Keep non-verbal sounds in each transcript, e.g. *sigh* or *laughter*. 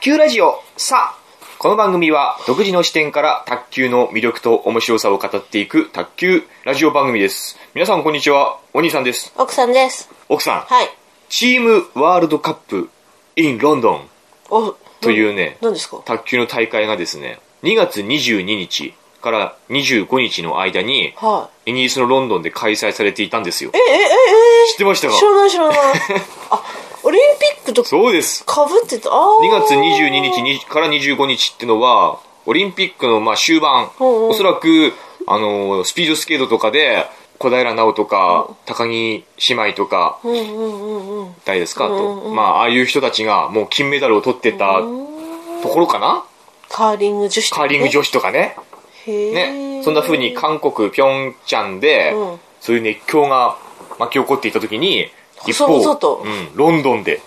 球ラジオさあこの番組は独自の視点から卓球の魅力と面白さを語っていく卓球ラジオ番組です皆さんこんにちはお兄さんです奥さんです。奥さん、はい。チームワールドカップ in ロンドンお、というね何ですか卓球の大会がですね2月22日から25日の間にはイギリスのロンドンで開催されていたんですよい。え、え、え、え、知ってましたえか知らない知 *laughs* らない。あ、オリンピックとかそうですぶってた。あ2月22日にから25日ってのはオリンピックのまあ終盤うんうんおそらく、あのースピードスケートとかで小平奈緒とか高木姉妹とかうんうんうんうん。誰ですかうんうとんまあああいう人たちがもう金メダルを取ってたところかなカーリング女子とカかーね、リング女子とかねへねーそんな風に韓国ピョンチャンでうんそういう熱狂が巻き起こっていた時に一細々と方、うん、ロンドンで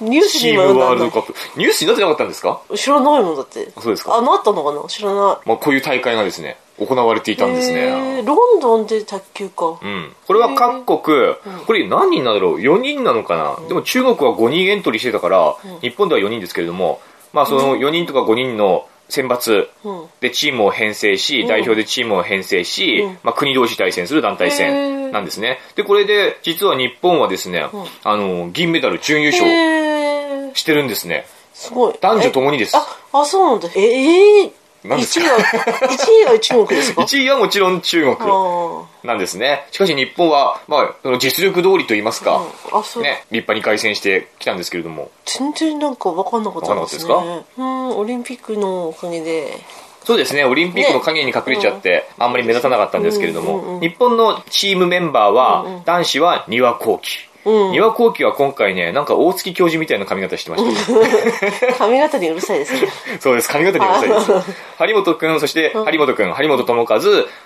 ニュースチにー今ムワー読ルドんだんカップニュースになってなかったんですかだ。知らないもんだって。そうですかあ、なったのかな知らなまあ、こういう大会がですね行われていい。たんですへねーロンドンで卓球か。うん、これは各国、これ何人なんだろう4人なのかな、でも中国は5人エントリーしてたから、日本では4人ですけれども、まあ、その4人とか5人の選抜うん。でチームを編成し、代表でチームを編成し、うんまあ、国同士対戦する団体戦なんですねでこれで実は日本はですね、あの銀メダル準優勝へーしてるんですねすごい。男女とも。もにですあ、あ、そうなんだ。え、えー、何です1か位は、一位は中国 *laughs* ですか1位はもちろん中あ国ーなんですねしかし日本は、まあ、その実力通りといいますか、あ、そう、ね、立派に凱旋してきたんですけれども。全然なんか分かんなかったんですねわかんなかっうんオリンピックのおかげでそうですね、オリンピックの陰に隠れちゃって、あんまり目立たなかったんですけれどうんうんうも、ん日本のチームメンバーうんは、男子は丹羽幸喜。うん丹羽幸喜は今回ね、なんか大月教授みたいな髪型してましたね。髪型にうるさいですね *laughs* そうです、髪型にうるさいです。張本くん、そして張本くん、張本智和、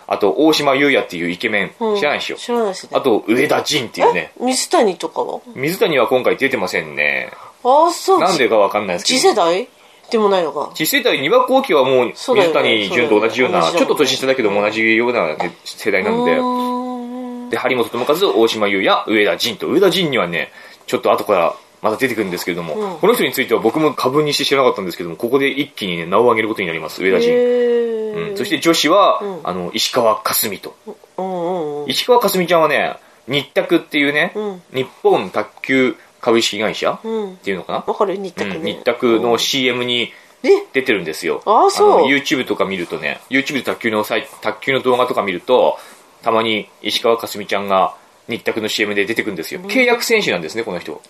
あと大島優也っていうイケメうン、ん知らないでしょ。知らないですねあと上田仁っていうね、え水谷とかは水谷は今回出てませんね。ああそうなんでかわかんないですけ次ど。世代でもないのか次世代、丹羽幸喜はもうそうだよ水ね谷隼と同じような、そうだよねちょっと年下だけども同じようなね世代なんでう、ーんで、張本智和、大島優也、上田仁と、上田仁にはね、ちょっと後からまた出てくるんですけれども、うんこの人については僕も過分にして知らなかったんですけども、ここで一気にね、名を上げることになります、上田仁。へーうんそして女子は、うんあの、石川佳純と。うんうんうん石川佳純ちゃんはね、日卓っていうね、うん日本卓球株式会社、うんっていうのかな、わかる日卓ね、うん日卓の CM にえ出てるんですよ。あそうの YouTube とか見るとね、YouTube で卓球のサイ卓球の動画とか見ると、たまに石川佳純ちゃんが日卓の CM で出てくるんですよ。契約選手なんですね、この人。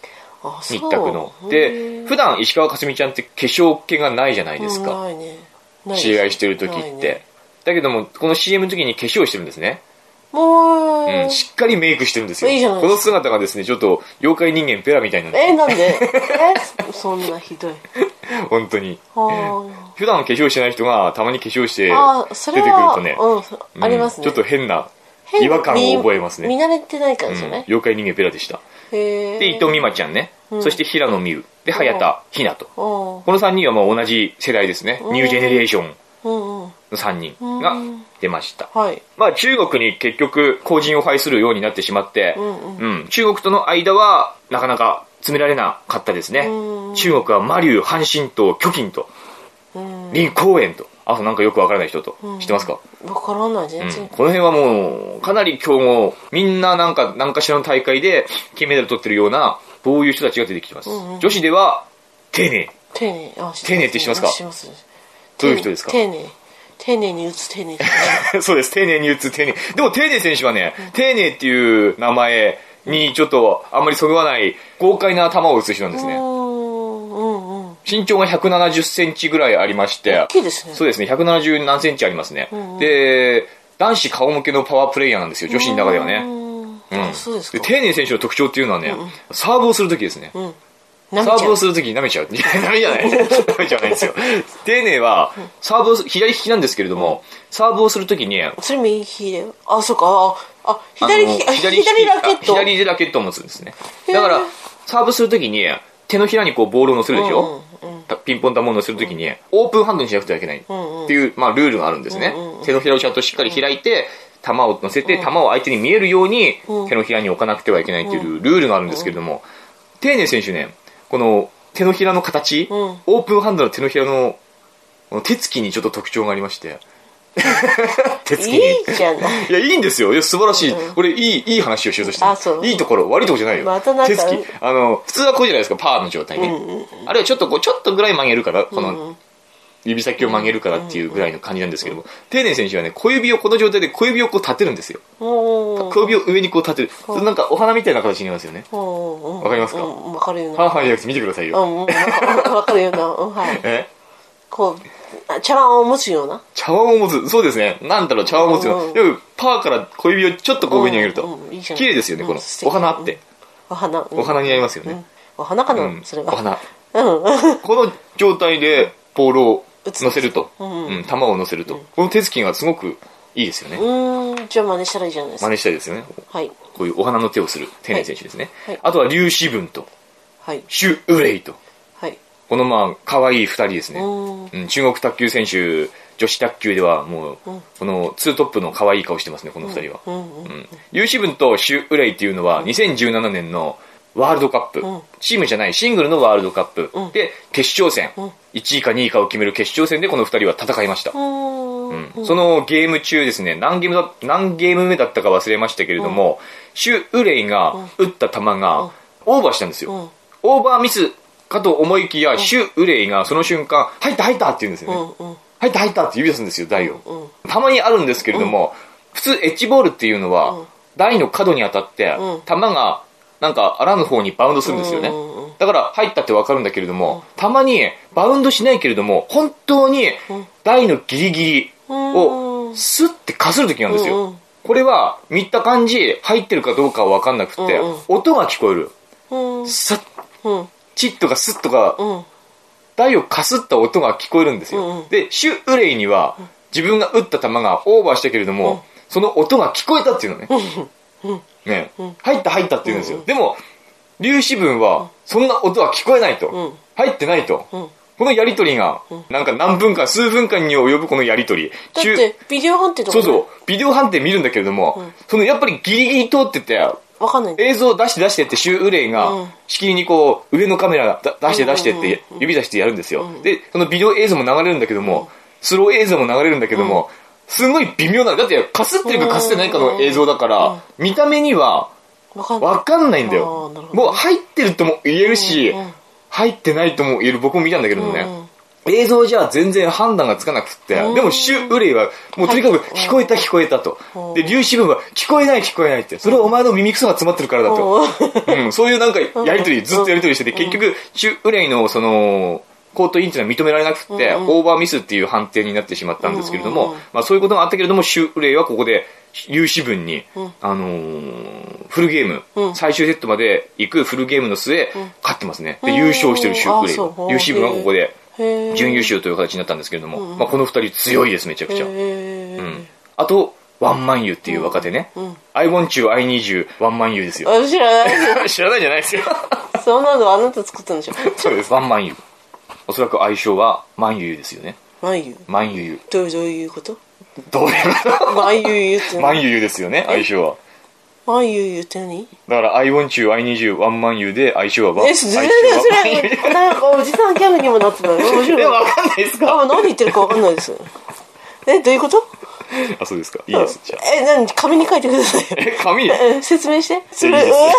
あそう日卓の。へで、ー普段石川佳純ちゃんって化粧気がないじゃないですうんか。ないねないです試合してる時なっいて。ねだけども、この CM の時に化粧してるんですね。もう、うん、しっかりメイクしてるんですよ。いいじゃないこですかの姿がですね、ちょっと妖怪人間ペラみたいなんですえよ。なんでえそんなひどい本当に。あー普段化粧してない人がたまに化粧してあーそ出れてくるはとね、うん、ありますね、うんちょっと変な変な違和感を覚えますね見見慣れてないからですようんね、妖怪人間ペラでしたへえで伊藤美誠ちゃんね、そして平野美宇で早田ひなとうんこの3人はまあ同じ世代ですねんニュージェネレーションうんうんの3人がうん出ましたはいまあ中国に結局後陣を排するようになってしまって、うんうんうん中国との間はなかなか詰められなかったですねうん中国は馬竜阪神と巨金とうん林公園とあとなんかよくわからない人と、知ってますかわからない全う然、んこの辺はもう、かなり強豪、みんななんか、何かしらの大会で金メダル取ってるような、そういう人たちが出てきてます。んうん女子では、丁寧。丁寧あ丁寧って知ってますか知ってますどういう人ですか丁寧丁寧に打つ丁寧 *laughs* そうです、丁寧に打つ、丁寧。でも、丁寧選手はね、丁寧っていう名前にちょっと、あんまりそぐわない、豪快な球を打つ人なんですうね。んうんうん身長が170センチぐらいありまして大、きいですねそうですね、170何センチありますね。んうんで、男子顔向けのパワープレイヤーなんですよ、女子の中ではね。ううんんあそうですか丁寧選手の特徴っていうのはね、サーブをするときですね。うんなサめちーゃブうをするときに舐めちゃう。 *laughs* いや舐めじゃない。舐めちゃないんですよ。丁寧は、サーブをす、左利きなんですけれども、サーブをするときに、あそれ右利きだよあそうかああの左利きあ左ラケットあ左でラケットを持つんですね。へーだから、サーブするときに、手のひらにこうボールを乗せるでしょ、うんうんうんたピンポン玉を乗せるときに、オープンハンドにしなくてはいけない。んうんっていう、まあ、ルールがあるんですねうんうん。手のひらをちゃんとしっかり開いて、球を乗せて、球を相手に見えるように、うん手のひらに置かなくてはいけないっていうルールがあるんですけれども、丁寧選手ね、この、手のひらの形、うんオープンハンドの手のひらのこの手つきにちょっと特徴がありまして *laughs* 手つきにいいじゃ *laughs* ない。いや、いいんですよ。いや、素晴らしい。うんこれ、いい、いい話をしようとしてあそうる。いいところ、悪いところじゃないよ。またなんか手つき。あの、普通はこうじゃないですか、パーの状態ね。あるいはちょっとこう、ちょっとぐらい曲げるかな、この、指先を曲げるからっていうぐらいの感じなんですけども、丁寧選手はね、小指をこの状態で小指をこう立てるんですよ。もう小指を上にこう立てる。それなんかお花みたいな形になりますよね。わわかりますかわかるよはな。ーはーじゃなくて見てくださいよ。うん、うんわかわかるよ *laughs* な。うん、はい。えこう、あ茶碗を持つような。茶碗を持つ。そうですね。なんだろう、茶碗を持つうんうよ。んよくパーから小指をちょっとこう上に上げるとうんうんいいじゃ。ん綺麗ですよね、こうのん素。敵お花って。お花。うんお花になりますよね。お花かう、なんそれおは。花うん。この状態でボールを乗せると、ううんん球を乗せると、この手つきがすごくいいですよね、うーん、じゃあ真似したらいいじゃないです真か。似したいですよねはい。こういうお花の手をする丁寧選手ですね、はいはいあとは劉子文とはい。シュ・ウレイとはい。このまあ可愛い二人ですね、うーん。うん、中国卓球選手女子卓球ではもう、このツートップの可愛い顔してますねこの二人は、うん。うんユーシブンとシュ・ウレイっていうのは2017年のワールドカップ、んチームじゃないシングルのワールドカップ、んで決勝戦、ん1位か2位かを決める決勝戦でこの2人は戦いました、ううんん。そのゲーム中ですね何ゲームだ何ゲーム目だったか忘れましたけれども、シュ・ウレイが打った球がオーバーしたんですよ、うんオーバーミスかと思いきや、シュ・ウレイがその瞬間入った入ったって言うんですよね、うん。うん。入った入ったって指出すんですよ台を、うんたまにあるんですけれども、普通エッジボールっていうのは、台の角に当たって、うん球がなんかあらぬ方にバウンドするんですよね、うんうんうだから入ったってわかるんだけれども、たまにバウンドしないけれども本当に台のギリギリうをんスッてかする時なんですよ、うんうんこれは見た感じ入ってるかどうかは分かんなくて、うんうん音が聞こえるうん。さうん。チッとかスッとかうん。台をかすった音が聞こえるんですよ、うんうんでシュ・ウレイには自分が打った球がオーバーしたけれども、その音が聞こえたっていうのね、ね入った入ったって言うんですよ、でも粒子分はそんな音は聞こえないと、ん入ってないと、んこのやり取りがなんか何分間数分間に及ぶこのやり取りだっシュて、ビデオ判定とかそね、うそうビデオ判定見るんだけれども、そのやっぱりギリギリ通っててわかんないんだよ。映像を出して出してってシュウレイうんがしきりにこう上のカメラだ出して出してって指出してやるんですよでそのビデオ映像も流れるんだけどもスロー映像も流れるんだけどもすごい微妙なだってかすってるかかすってないかの映像だから見た目にはわかんない。分かんないんだあーよなるほどもう入ってるとも言えるしうんうん入ってないとも言える僕も見たんだけどもねうん映像じゃ全然判断がつかなくってうんでもシュウレイはもうとにかく聞こえた聞こえたとうんで粒子分は聞こえない聞こえないってそれはお前の耳くそが詰まってるからだとうん、そういうなんかやりとり、ずっとやりとりしてて、結局、シュウレイのその、コートインっていうのは認められなくて、うんうんオーバーミスっていう判定になってしまったんですけれどうんもうんうん、まあそういうことがあったけれども、シュウレイはここで、有志分に、あのーフルゲーうム、ん最終セットまで行くフルゲームの末、勝ってますね。で、優勝してるシュウレイうんあそは。う有志分はここで、へー準優勝という形になったんですけれども、まあこの二人強いです、めちゃくちゃ。へうーんあと、ワンマンユーっていう若手ね。I want you, I need you, ワンマンユーですよ。あ知らな *laughs* い。知らないじゃないですよ。そんなのあなた作ったんでしょ。そうです。ワンマンユー。おそらく相性は、万ユユですよね。眉万ユユ。どうどういうことどういうこ眉言って *laughs* と何万ユユですよね、相性は。眉言って何だから、I want you, I need you, ワンマンユーで相性はワン、え、相性全然は万ユユ。 *laughs* それ、なんかおじさんギャグにもなってたよ。面白い。でもわかんないですかあ、何言ってるかわかんないです。え、どういうことあ、そうですか。いいです。じゃあ。え、何紙に書いてください。え、紙え説明して。それ、いいですうんわ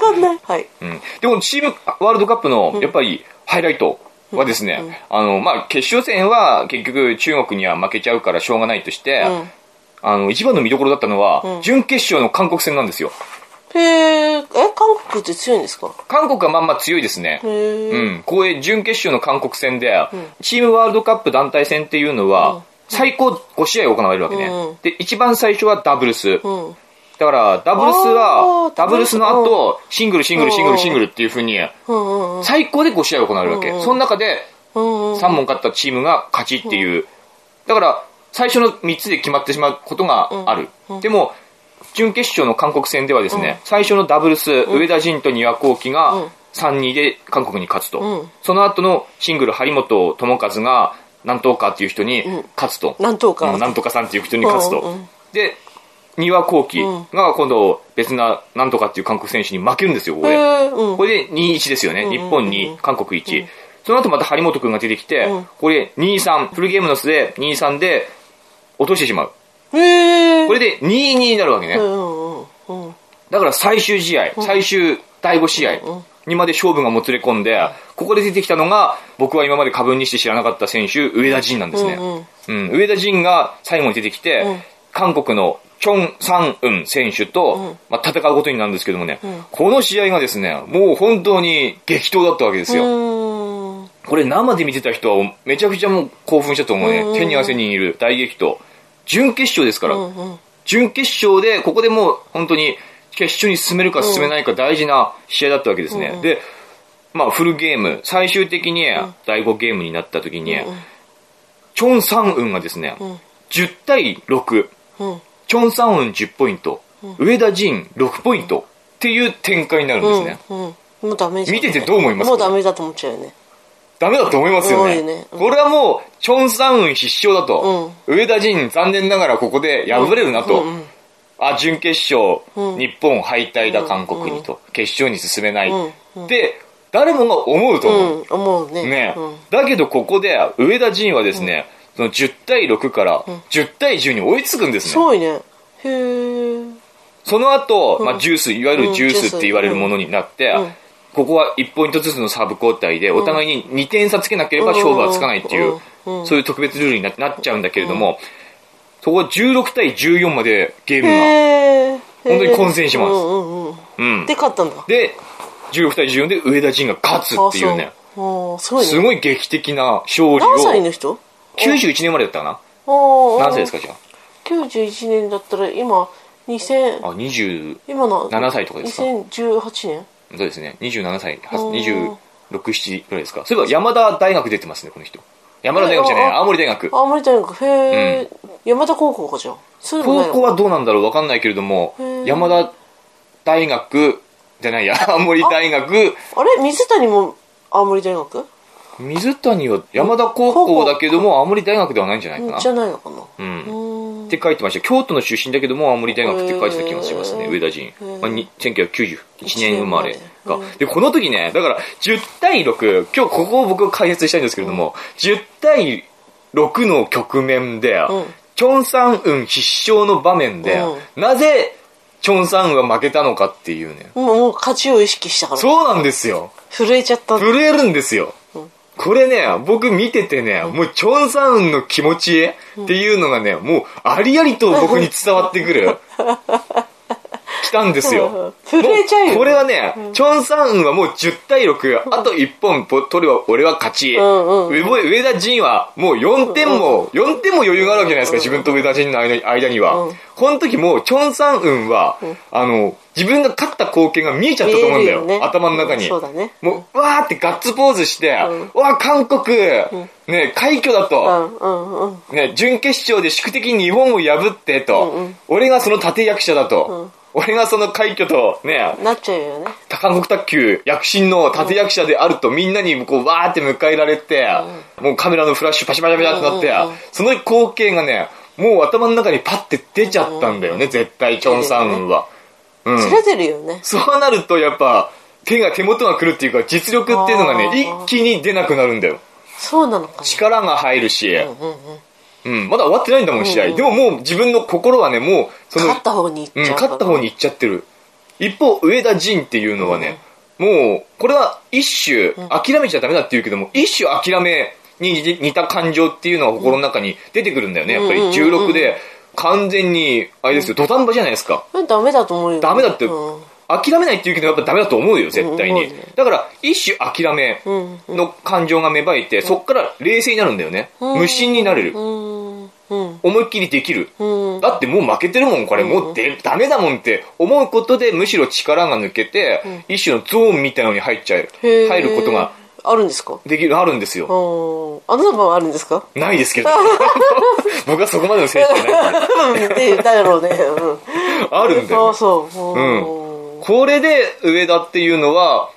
かんない。はい。うん、でもチームワールドカップのやっぱりハイライトはですね、あのまあ、決勝戦は結局中国には負けちゃうからしょうがないとして、うんあの一番の見どころだったのは、準決勝の韓国戦なんですよへーえ、韓国って強いんですか韓国はまんま強いですね、へーうん、こういう準決勝の韓国戦で、チームワールドカップ団体戦っていうのは、最高5試合行われるわけね、うんで一番最初はダブルス、うん。だからダブルスあはーダブルスの後シングルシングルシングルシングルっていうふうにうんうんうん。最高で5試合行われるわけ、その中でうんうん。 3問勝ったチームが勝ちっていう、だから最初の3つで決まってしまうことがある、でも準決勝の韓国戦ではですね、最初のダブルス、上田仁と丹羽幸喜がうん3-2で韓国に勝つと、うんその後のシングル張本智和が何とかっていう人に勝つと、なんとか。うんなんとかさんっていう人に勝つと、うんうんで丹羽幸喜が今度別ななんとかっていう韓国選手に負けるんですよ、ここへで。えうんこれで2-1ですよね。日本2、韓国1。その後また張本くんが出てきて、うんここで2-3、フルゲームの末、2-3で落としてしまう。へえこれで2-2になるわけね。うんうんうんうんだから最終試合、最終第5試合にまで勝負がもつれ込んで、ここで出てきたのが、僕は今まで過分にして知らなかった選手、上田仁なんですね。うん、上田仁が最後に出てきて、うん韓国のチョン・サンウン選手と、うんまあ、戦うことになるんですけどもね、んこの試合がですね、もう本当に激闘だったわけですよ。うんうんこれ生で見てた人はめちゃくちゃもう興奮したと思うね。うんうん手に汗握る大激闘。準決勝ですから、うんうん準決勝で、ここでもう本当に決勝に進めるか進めないか大事な試合だったわけですね。で、まあフルゲーム、最終的に第5ゲームになった時に、チョン・サンウンがですね、ん10対6、うんチョン・サンウン10ポイント、上田仁6ポイントっていう展開になるんですね。うんうんもうダメじゃ見んててどう思いますもうダメだと思っちゃうよねダメだと思いますよね。思うよねうんこれはもう、チョン・サンウン必勝だと、上田仁残念ながらここで敗れるなと。うんうんあ、準決勝、うん日本敗退だ、韓国にと、決勝に進めない、うんうんで、誰もが思うとう思う。ん思うねね、うんだけどここで、上田仁はですね、その10対6から10対10に追いつくんですすね。ごいねへえその後、まあ、ジュース、いわゆるジュースって言われるものになって、うんここは1ポイントずつのサーブ交代で、お互いに2点差つけなければ勝負はつかないっていう、うんうんそういう特別ルールにななっちゃうんだけれども、そこは16対14までゲームが、へえ本当に混戦しますうんうんうんうんで勝ったんだで、16対14で上田仁が勝つっていうね、あそうあーすごいすねごい劇的な勝利何歳を、の人91年までだったかなあー何歳ですか、じゃ91年だったら今2000あ。あ、20、今の7歳とかですか2018年そうですね、27歳、はおー26、7ぐらいですか。そういえば山田大学出てますね、この人。山田大学じゃない、ああ青森大学。青森大学へえ山田高校かじゃあそういうの高ないの校はどうなんだろうわかんないけれどもへ、え山田大学、じゃないや、青森大学、あれ水谷も青森大学水谷は山田高校だけども、青森大学ではないんじゃないかなじ。ゃないのかなうんう。ーんって書いてました京都の出身だけども青森大学って書いてた気がしますね、へー上田仁、ーまあ、に1991年生まれがへーでこの時ねだから10対6今日ここを僕解説したいんですけれども、10対6の局面で、んチョン・サンウン必勝の場面で、うなぜチョン・サンウンは負けたのかっていうねもうもう勝ちを意識したからそうなんですよ震えちゃったんだ震えるんですよ、これね僕見ててね、もうチョン・サウンの気持ちっていうのがねもうありありと僕に伝わってく *laughs* る来たんですよ震えちゃうよもこれはね、チョン・サウンはもう10対6あと1本ぼ取れば俺は勝ち、んうん上上田仁はもう4点も、4点も余裕があるわけじゃないですか、自分と上田仁の間に間には、うんこの時もうチョン・サンウンは、あの自分が勝った光景が見えちゃったと思うんだよ見えるよね頭の中に、うんそうだねもう、わーってガッツポーズして、んわー、韓国、ね、快挙だうと、んうんうんね、準決勝で宿敵に日本を破ってと、うんうん俺がその立役者だと、俺がその快挙と、ね、なっちゃうよね韓国卓球躍進の立役者であると、みんなにこう、わーって迎えられて、もうカメラのフラッシュパシャパシャパシャってなって、うんうんうんその光景がね、もう頭の中にパッて出ちゃったんだよね、絶対、チョンサンウンは。うん連れてるよねそうなるとやっぱ手が手元が来るっていうか実力っていうのがあねー一気に出なくなるんだよそうなのかな力が入るし、うんうんうんうん、まだ終わってないんだもん試合、でももう自分の心はねもうその勝った方に行っちうゃん、う勝った方に行っちゃってる一方上田仁っていうのはね、もうこれは一種諦めちゃダメだって言うけども、一種諦めに似似た感情っていうのが心の中に出てくるんだよねやっぱりうんうんうんうん16で完全にあれですよ土壇場じゃないですかえダメだと思うよダメだって、うん諦めないって言うけどやっぱダメだと思うよ絶対に、うん思うねだから一種諦めうんの感情が芽生えて、そっから冷静になるんだよね、うん無心になれる、うんうん思いっきりできる、うんだってもう負けてるもんこれ、もうでダメだもんって思うことでむしろ力が抜けて、一種のゾーンみたいのに入っちゃうへー入ることがあるんですかできるあるんですよ、うんあなたもあるんで *laughs* すかないですけ *laughs* ど僕はそこまでの選手じゃないからってだろうねうんあるんだよそうそううんこれで上田っていうのは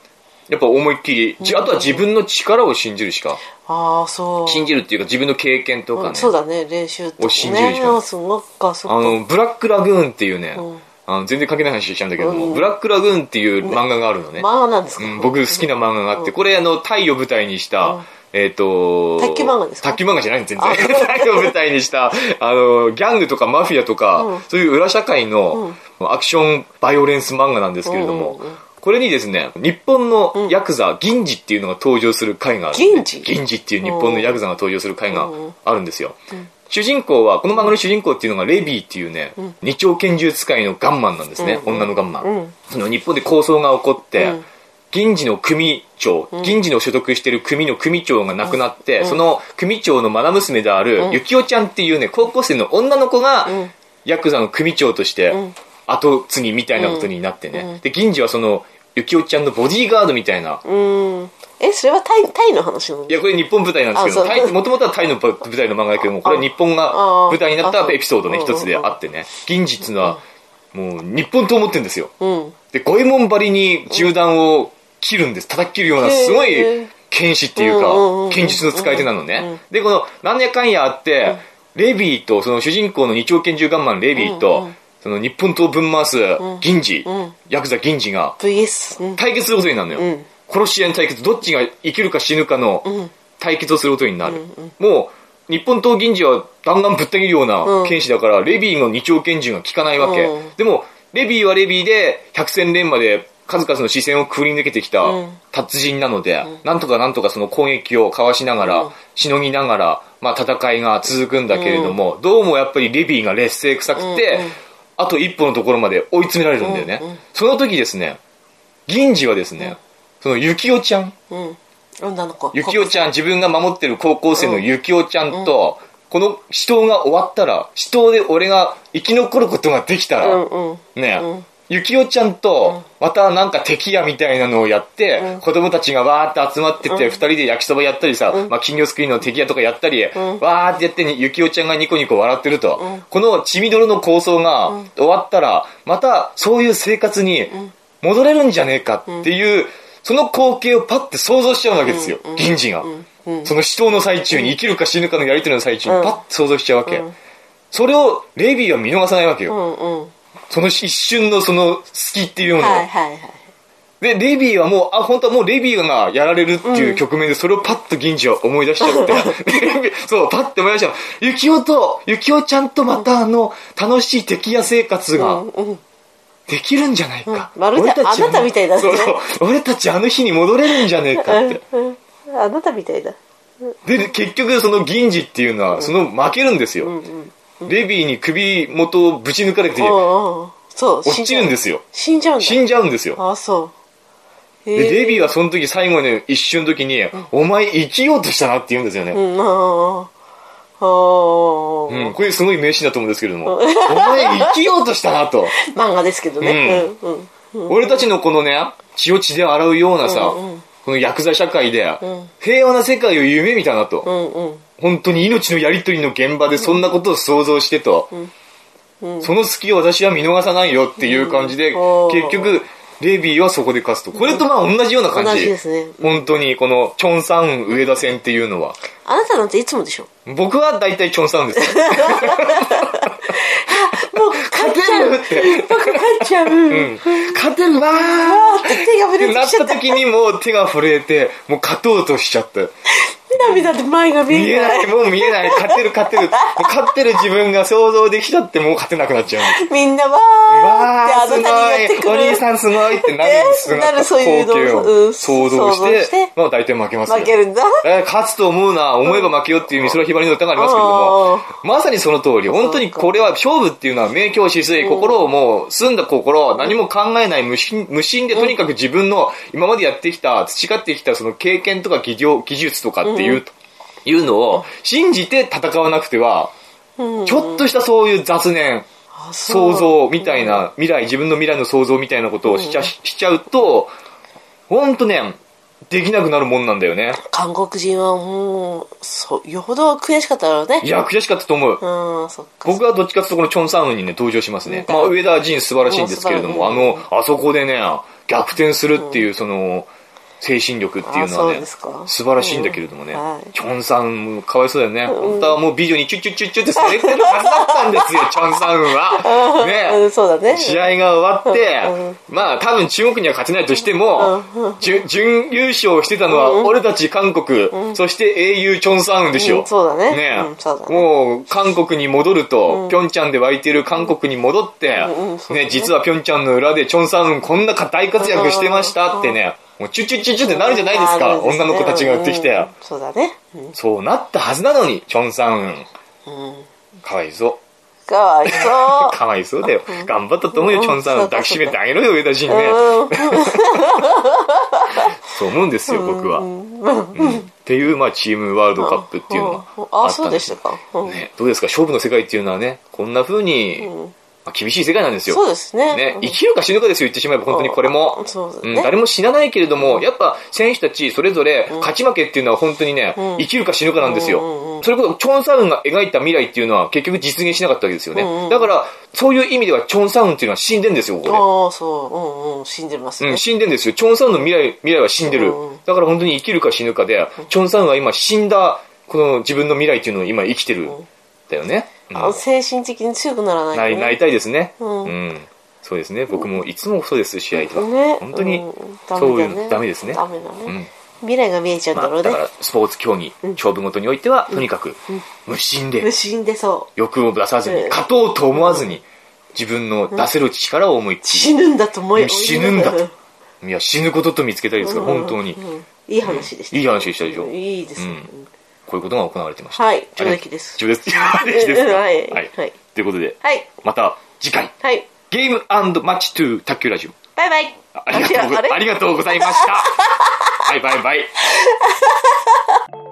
やっぱ思いっきり、じあとは自分の力を信じるしか、ああそう信じるっていうか自分の経験とかうねん、そうだね練習とを信じるしかないねすごくかそっかあの、ブラックラグーンっていうね、うんあの全然関係ない話しちゃうんだけども、うんブラックラグーンっていう漫画があるのね。漫画なんですか、うん、僕好きな漫画があって、これあの、タイを舞台にした、うんえっ、と、卓球漫画ですか卓球漫画じゃないの全然あ。タイを舞台にした、あの、ギャングとかマフィアとか、うんそういう裏社会の、アクションバイオレンス漫画なんですけれども、うんうんうんこれにですね、日本のヤクザ、銀次っていうのが登場する回があるんで。銀次銀次っていう日本のヤクザが登場する回があるんですよ。ん主人公は、この漫画の主人公っていうのがレビーっていうね、二丁拳銃使いのガンマンなんですね、うんうん女のガンマン。うんその日本で抗争が起こって、うん銀次の組長、銀次の所属してる組の組長が亡くなって、その組長の愛娘である、んゆきおちゃんっていうね、高校生の女の子が、うんヤクザの組長として、うん後継ぎみたいなことになってね。うんで、銀次はその、ゆきおちゃんのボディーガードみたいな、うんえそれはタイタイの話なのいや、これ日本舞台なんですけど、あそうタイもともとはタイの舞台の漫画だけども、これは日本が舞台になっああたエピソードね、うん一つであってね、銀次っていうのは、もう日本と思ってるんですよ。うんで、五右衛門張りに銃弾を切るんです。叩き切るような、すごいへー剣士っていううんうんうんか、剣術の使い手なのうんうねん。で、この、なんやかんやあって、レビーと、その主人公の二丁拳銃ガンマンレビーうんとうん、その日本刀をぶん回す銀次うん、ヤクザ銀次が VS うん対決することになるのうよん。殺し合いの対決、どっちが生きるか死ぬかのうん対決をすることになるうんうん。もう、日本刀銀次は弾丸ぶった切るような剣士だから、レビーの二丁拳銃が効かないわけ。うんでも、レビーはレビーで、百戦錬磨で数々の視線をくぐり抜けてきたうん達人なので、なんとかなんとかその攻撃をかわしながら、うんしのぎながら、まあ戦いが続くんだけれども、どうもやっぱりレビーが劣勢臭くて、うんうんあと一歩のところまで追い詰められるんだよね。うんうんその時ですね、銀次はですね、そのゆきおちゃん、うん女の子ゆきおちゃん、自分が守ってる高校生のゆきおちゃんと、この死闘が終わったら、死闘で俺が生き残ることができたうら、んうんね、うんゆきおちゃんと、またなんか敵やみたいなのをやって、子供たちがわーって集まってて、二、人で焼きそばやったりさ、まあ、金魚すくいの敵やとかやったり、わーってやってに、ゆきおちゃんがニコニコ笑ってると、この血みどろの構想が終わったら、またそういう生活に戻れるんじゃねえかっていう、その光景をパッて想像しちゃうわけですよ、銀次が。その死闘の最中に、生きるか死ぬかのやり取りの最中うんにパッて想像しちゃうわけ。うんそれをレビーは見逃さないわけよ。うんうんその一瞬のその好きっていうのを、はいはいはいでレビーはもうあ本当はもうレビーがやられるっていう局面でそれをパッと銀次は思い出しちゃって、レビー *laughs* そうパッて思い出しちゃうゆきおとゆきおちゃんとまたあの楽しい敵屋生活がうんうんできるんじゃないか、うんまるで俺ちあなたみたいだねそうそう俺たちあの日に戻れるんじゃねえかってうんうんあなたみたいだで結局その銀次っていうのはその負けるんですよ、レビーに首元をぶち抜かれてうんうんそう落ちるんですすよ死んじゃうんだ死んじゃうんですよあそうで、レビーははその時最後の一瞬の時に、お前生きようとしたなって言うんですようね。んあーあーうん、これすごい名シーンだと思うんですけれども、お前生きようとしたなと。漫画ですけどねうんうん俺たちのこのね、血を血で洗うようなさ、うんうんこのヤクザ社会でん、平和な世界を夢見たなうと。んうん本当に命のやりとりの現場でそんなことを想像してと、その隙を私は見逃さないよっていう感じで、うん結局、レビーはそこで勝つと。これとまあ同じような感じ。同じですね本当に、この、チョンサン上田戦っていうのは。あなたなんていつもでしょ僕は大体チョンサンですよ。もう勝っちゃう勝てるって僕勝っちゃう、うん、勝てるわーあー手がって震なえってきちゃたった時にもう手が震えて、もう勝とうとしちゃった。涙で前が見見ええなない、いもう見えない、勝てる勝てる。もう勝ってる自分が想像できちゃってもう勝てなくなっちゃ *laughs* うんです。みんなわわー、ーってあなたに寄ってすくごい、おる兄さんすごいってなるんですなるそういうのうをん想像想像ししてて、まあ大体負けますよ。負けるんだえー勝つと思うな、思えば負けよっていう美空ひばりの歌がありますけれども、まさにその通り、本当にこれは勝負っていうのは明鏡止水、心をもう、澄んだ心、何も考えない無心無心でとにかく自分の今までやってきた、培ってきたその経験とか技量技術とかっていう、いうのを信じて戦わなくては、うんちょっとしたそういう雑念、あそう想像みたいな、未来、自分の未来の想像みたいなことをしちゃ,、しちゃうと、本当ね、できなくなるもんなんだよね。韓国人はもうそうよほど悔しかっただろうねいや、悔しかったと思う。うんそっか僕はどっちかというとこのチョンサンウンにね、登場しますね。まあ、上田仁素晴らしいんですけれども、あうんの、あそこでね、逆転するっていう、その、精神力っていうのあはそうねですか素晴らしいんだけれどもね、うんはいチョンさんもかわいそうだよね、本当はもう美女にチュッチュッチュッチュってされてるはずだったんですよチョンさんはうねん、そうだね。試合が終わって、まあ多分中国には勝てないとしても、準準優勝してたのは俺たち韓国、そして英雄チョンサンウンでしょ、うんそうだねえうんそうだねもう韓国に戻ると、ピョンチャンで湧いてる韓国に戻って、うんうんそうねだね実はピョンチャンの裏でチョンサンウンこんな大活躍してましたってね、もうチュチュチュチュってなるじゃないですか、あー女の子たちがやってきて、うんうんそうだね。うんそうなったはずなのにチョンサンウンうん。かわいそうかわいそ *laughs* かわいそうだよ。頑張ったと思うよ、うんチョンさん。そうだ抱きしめてあげろよ、上田氏にね。そう思うんですよ、僕は。うんっていう、まあ、チームワールドカップっていうのう。があ、ったそんうでですしよたか。うんね、どうですか勝負の世界っていうのはね、こんな風に、まあ、厳しい世界なんですよ。そうですね。ね *laughs* う、ん生きるか死ぬかですよ、言ってしまえば、本当にこれも。そうですんね誰も死なないけれども、やっぱ選手たちそれぞれ勝ち負けっていうのは本当にね、生きるか死ぬかなんですよ。うんそれこそ、チョンサウンが描いた未来っていうのは結局実現しなかったわけですよね。んうんだから、そういう意味ではチョンサウンっていうのは死んでんですよ、ここで。ああ、そう。うんうん。死んでますうねん、。死んでんですよ。チョンサンの未来、未来は死んでるうん。だから本当に生きるか死ぬかで、チョンサンは今死んだ、この自分の未来っていうのを今生きてる。だよね。うんあの精神的に強くならないとなねり、なりたいですね。うんうん。そうですね。僕もいつもそうです、試合とか。ね。本当にうん、そういダメだうね。のダメですね。ダメだうんね。未来が見えちゃうんまだろあ、うだねか。ら、スポーツ競技、勝負ごとにおいては、とにかく、無心で無、心でそう。欲を出さずに、うん勝とうと思わずに、自分の出せる力を思いっき死ぬんだと思ういん死ぬんだと追いかり、いや、死ぬことと見つけたいですけかるら、本当にう。んいい話でした。いい話でしたでしょ。いいですね。うんこういうことが行われてました。はい。上出来です。上出来上出来です *laughs* か。はいはいということで、はい。また次回、はい。ゲームマッチ2卓球ラジオ。バイバイ。ありがとうごあれ *laughs* ありがとうございました。バイバイバイ。